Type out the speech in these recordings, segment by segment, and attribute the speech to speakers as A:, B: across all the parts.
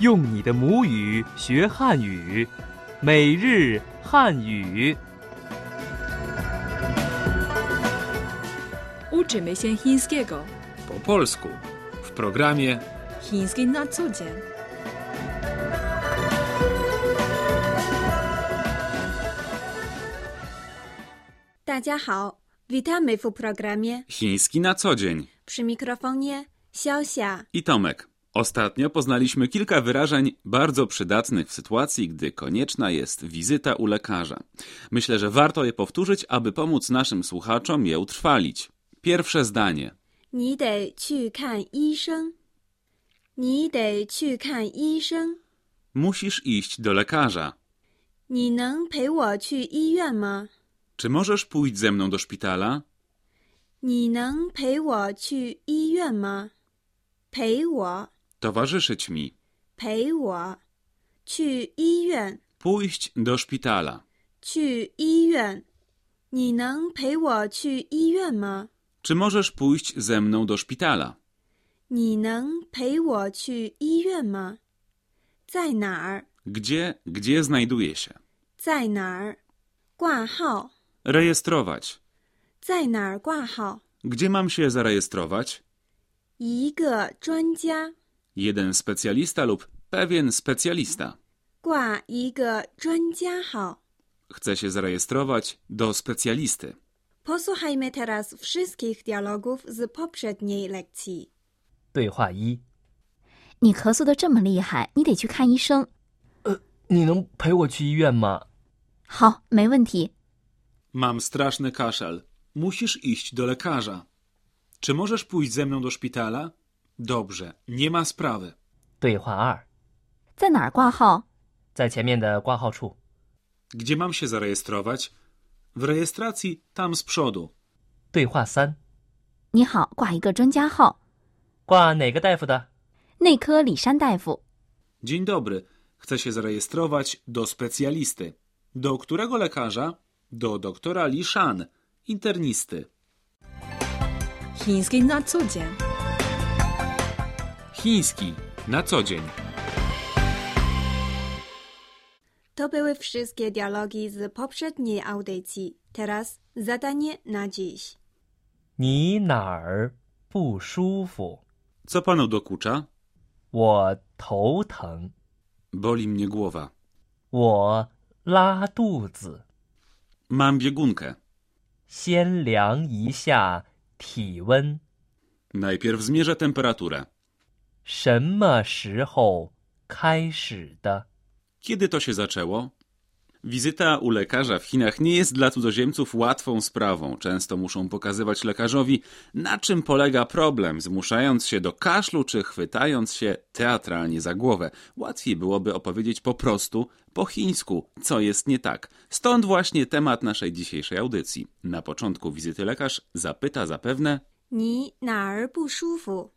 A: 用你的母语学汉语，每日汉语。
B: Uczymy się chińskiego.
C: po polsku w programie
B: Chiński na co dzień.
D: Hao, witamy w programie
C: Chiński na co dzień
D: przy mikrofonie Xiaoxia.
C: i Tomek. Ostatnio poznaliśmy kilka wyrażeń bardzo przydatnych w sytuacji, gdy konieczna jest wizyta u lekarza. Myślę, że warto je powtórzyć, aby pomóc naszym słuchaczom je utrwalić. Pierwsze zdanie.
D: 你得去看医生。你得去看医生。
C: Musisz iść do lekarza.
D: 你能陪我去医院吗？
C: Czy możesz pójść ze mną do szpitala?
D: 你能陪我去医院吗？陪我，
C: Towarzyszyć mi.
D: 陪我，去医院，
C: Pójść do szpitala.
D: 去医院。你能陪我去医院吗？
C: Czy możesz pójść ze mną do szpitala?
D: 你能陪我去医院吗？在哪儿？
C: Gdzie, gdzie znajduje się?
D: 在哪儿？挂号，
C: Rejestrować.
D: 在哪儿挂号？
C: Gdzie mam się zarejestrować?
D: 一个专家
C: Jeden specjalista lub pewien specjalista
D: 挂一个专家号。
C: chce się zarejestrować do specjalisty.
D: Posłuchajmy teraz wszystkich dialogów z poprzedniej lekcji.
A: 对话一：
E: 你咳嗽的这么厉害，你得去看医生。
A: 你能陪我去医院吗？
E: 好，没问题。
C: Mam straszny kaszel. Musisz iść do lekarza. Czy możesz pójść ze mną do szpitala? Dobrze, nie ma sprawy.
A: 对话二：
E: 在哪儿挂号？
A: 在前面的挂号处。
C: Gdzie mam się zarejestrować? W rejestracji tam z przodu.
A: 对话三：
E: 你好，挂一个专家号，
A: 挂哪个大夫的？
E: 内科李山大夫。
C: Dzień dobry. Chcę się zarejestrować do specjalisty. Do którego lekarza? Do doktora Li Shan, internisty.
B: Chiński na co dzień.
C: Chiński na co dzień.
D: To były wszystkie dialogi z poprzedniej audycji. Teraz zadanie na dziś.
A: 你哪儿不舒服？
C: Co panu dokucza?
A: 我头疼，
C: Boli mnie głowa.
A: 我拉肚子，
C: Mam biegunkę.
A: 先量一下体温，
C: Najpierw zmierzę temperaturę.
A: 什么时候开始的？
C: Kiedy to się zaczęło? Wizyta u lekarza w Chinach nie jest dla cudzoziemców łatwą sprawą. Często muszą pokazywać lekarzowi, na czym polega problem, zmuszając się do kaszlu czy chwytając się teatralnie za głowę. Łatwiej byłoby opowiedzieć po prostu po chińsku, co jest nie tak. Stąd właśnie temat naszej dzisiejszej audycji. Na początku wizyty lekarz zapyta zapewne,
D: 你哪儿不舒服？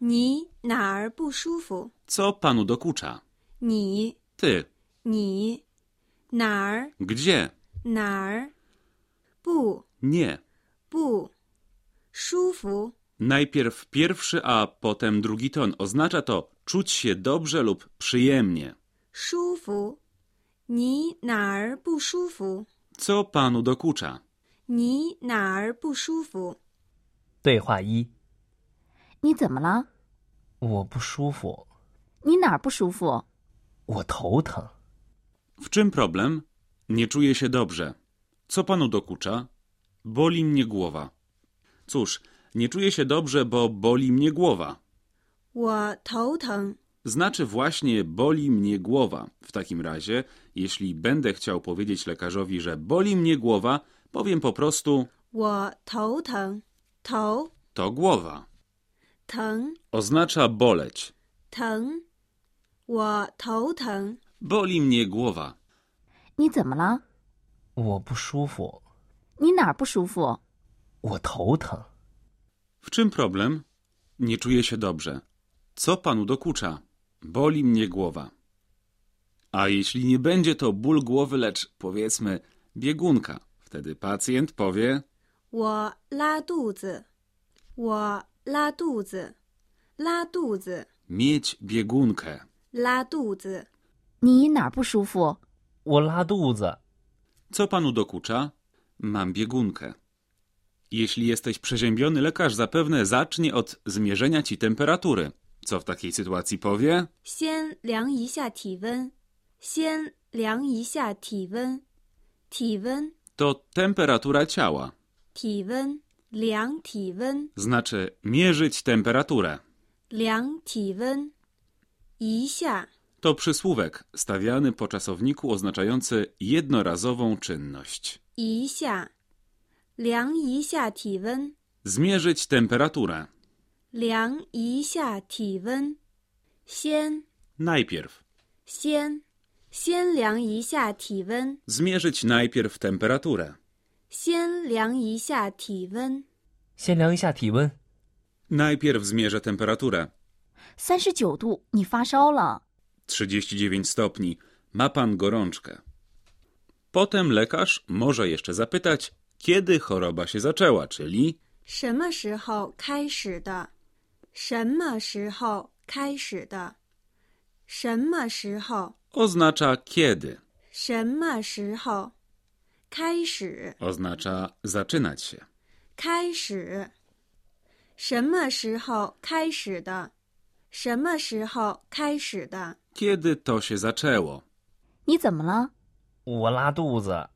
D: 你哪儿不舒服？
C: co panu dokucza?
D: 你
C: Ty,
D: 你哪儿
C: gdzie?
D: 哪儿不
C: Nie.
D: 不舒服？
C: Najpierw pierwszy, a potem drugi ton. Oznacza to czuć się dobrze lub przyjemnie.
D: 舒服？你哪儿不舒服？
C: Co panu dokucza?
D: 你哪儿不舒服？
A: 对话一：
E: 你怎么了？
A: 我不舒服，
E: 你哪儿不舒服？
A: 我头疼。
C: W czym problem? Nie czuję się dobrze. Co panu dokucza? Boli mnie głowa. Cóż, nie czuję się dobrze, bo boli mnie głowa.
D: 我头疼。
C: Znaczy właśnie boli mnie głowa. W takim razie, jeśli będę chciał powiedzieć lekarzowi, że boli mnie głowa, powiem po prostu
D: 我头疼，头
C: to głowa.
D: 疼
C: Oznacza boleć.
D: 疼，我头疼，
C: Boli mnie głowa.
E: 你怎么了？
A: 我不舒服，
E: 你哪儿不舒服？
A: 我头疼。
C: W czym problem? Nie czuję się dobrze. Co panu dokucza? Boli mnie głowa. A jeśli nie będzie to ból głowy, lecz powiedzmy biegunka, wtedy pacjent powie
D: 我拉肚子，我拉肚子，拉肚子，
C: mieć biegunkę.
D: 拉肚子。
E: 你哪儿不舒服？
F: 我拉肚子，
C: Co panu dokucza? Mam biegunkę. Jeśli jesteś przeziębiony, lekarz zapewne zacznie od zmierzenia ci temperatury. Co w takiej sytuacji powie?
D: 先量一下体温，先量一下体温，体温，
C: To temperatura ciała,
D: 体温，量体温，
C: znaczy mierzyć temperaturę.
D: 量体温，一下，
C: To przysłówek stawiany po czasowniku oznaczający jednorazową czynność.
D: 一下，量一下体温，
C: Zmierzyć temperaturę.
D: 量一下体温，先
C: Najpierw.
D: 先先量一下体温，
C: Zmierzyć najpierw temperaturę.
D: 先量一下体温，
F: 先量一下体温。
C: Najpierw zmierzę temperaturę.
E: 三十九度，你发烧了。
C: 39 stopni. Ma pan gorączkę. Potem lekarz może jeszcze zapytać, kiedy choroba się zaczęła, czyli
D: 什么时候开始的？什么时候开始的？什么时候？
C: oznacza kiedy,
D: 什么时候开始？
C: oznacza zaczynać się.
D: 开始？什么时候开始的？什么时候开始的？
C: Kiedy to się zaczęło?
E: 你怎么了？
F: 我拉肚子，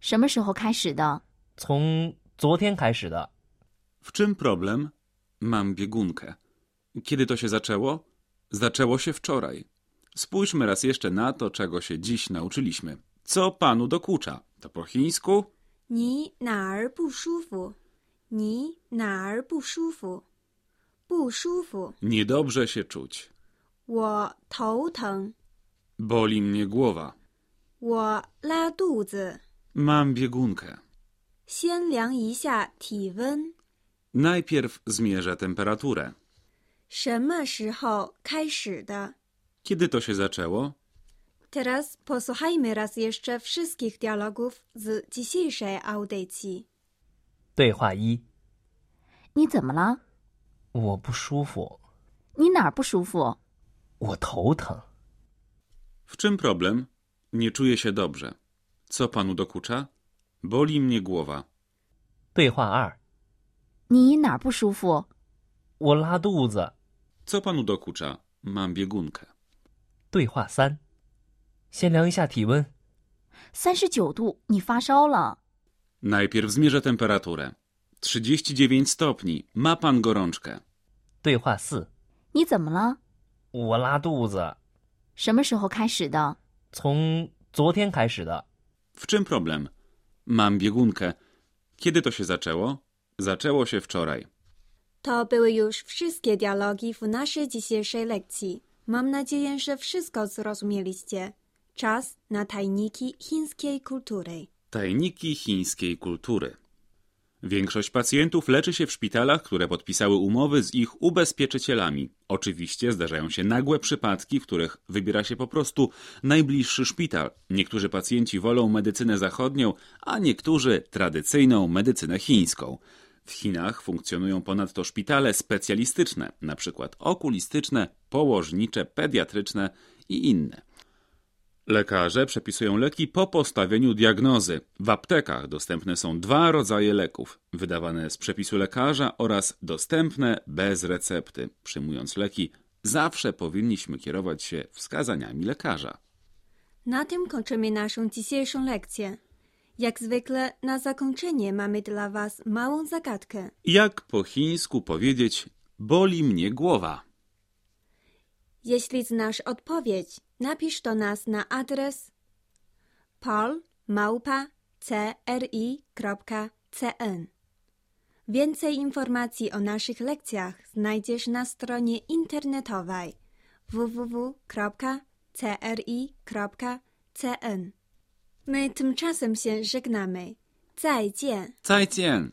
E: 什么时候开始的？
F: 从昨天开始的。
C: W czym problem? Mam biegunkę. Kiedy to się zaczęło? Zaczęło się wczoraj. Spójrzmy raz jeszcze na to, czego się dziś nauczyliśmy. Co panu dokucza? To po chińsku?
D: 你哪儿不舒服？你哪儿不舒服？不舒服，
C: Niedobrze się czuć.
D: 我头疼，
C: Boli mnie głowa.
D: 我拉肚子。
C: Mam biegunkę.
D: 先量一下体温，
C: Najpierw zmierzę temperaturę.
D: 什么时候开始的
C: Kiedy to się zaczęło?
D: ？Teraz posłuchajmy raz jeszcze wszystkich dialogów z dzisiejszej audycji.
F: 对话一：
E: 你怎么了？
F: 我不舒服，
E: 你哪儿不舒服？
F: 我头疼。
C: W czym problem? Nie czuję się dobrze. Co panu dokucza? Boli mnie głowa.
F: 对话二：
E: 你哪儿不舒服？
F: 我拉肚子。
C: Co panu dokucza? Mam biegunkę.
F: 对话三：先量一下体温。
E: 三十九度，你发烧了。
C: Najpierw zmierzę temperaturę. 39 stopni. Ma pan gorączkę.
F: 对话四：
E: 你怎么了？
F: 我拉肚子，
E: 什么时候开始的？
F: 从昨天开始的。
C: W czym problem? Mam biegunkę. Kiedy to się zaczęło? Zaczęło się wczoraj.
D: To były już wszystkie dialogi w naszej dzisiejszej lekcji. Mam nadzieję, że wszystko zrozumieliście. Czas na tajniki chińskiej kultury.
C: Tajniki chińskiej kultury. Większość pacjentów leczy się w szpitalach, które podpisały umowy z ich ubezpieczycielami. Oczywiście zdarzają się nagłe przypadki, w których wybiera się po prostu najbliższy szpital. Niektórzy pacjenci wolą medycynę zachodnią, a niektórzy tradycyjną medycynę chińską. W Chinach funkcjonują ponadto szpitale specjalistyczne, np. okulistyczne, położnicze, pediatryczne i inne. Lekarze przepisują leki po postawieniu diagnozy. W aptekach dostępne są dwa rodzaje leków: wydawane z przepisu lekarza oraz dostępne bez recepty. Przyjmując leki, zawsze powinniśmy kierować się wskazaniami lekarza.
D: Na tym kończymy naszą dzisiejszą lekcję. Jak zwykle, na zakończenie mamy dla Was małą zagadkę.
C: Jak po chińsku powiedzieć: boli mnie głowa?
D: Jeśli znasz odpowiedź, napisz do nas na adres polmałpa.cri.cn. Więcej informacji o naszych lekcjach znajdziesz na stronie internetowej www.cri.cn. My tymczasem się żegnamy. 再见。
C: Zaijian!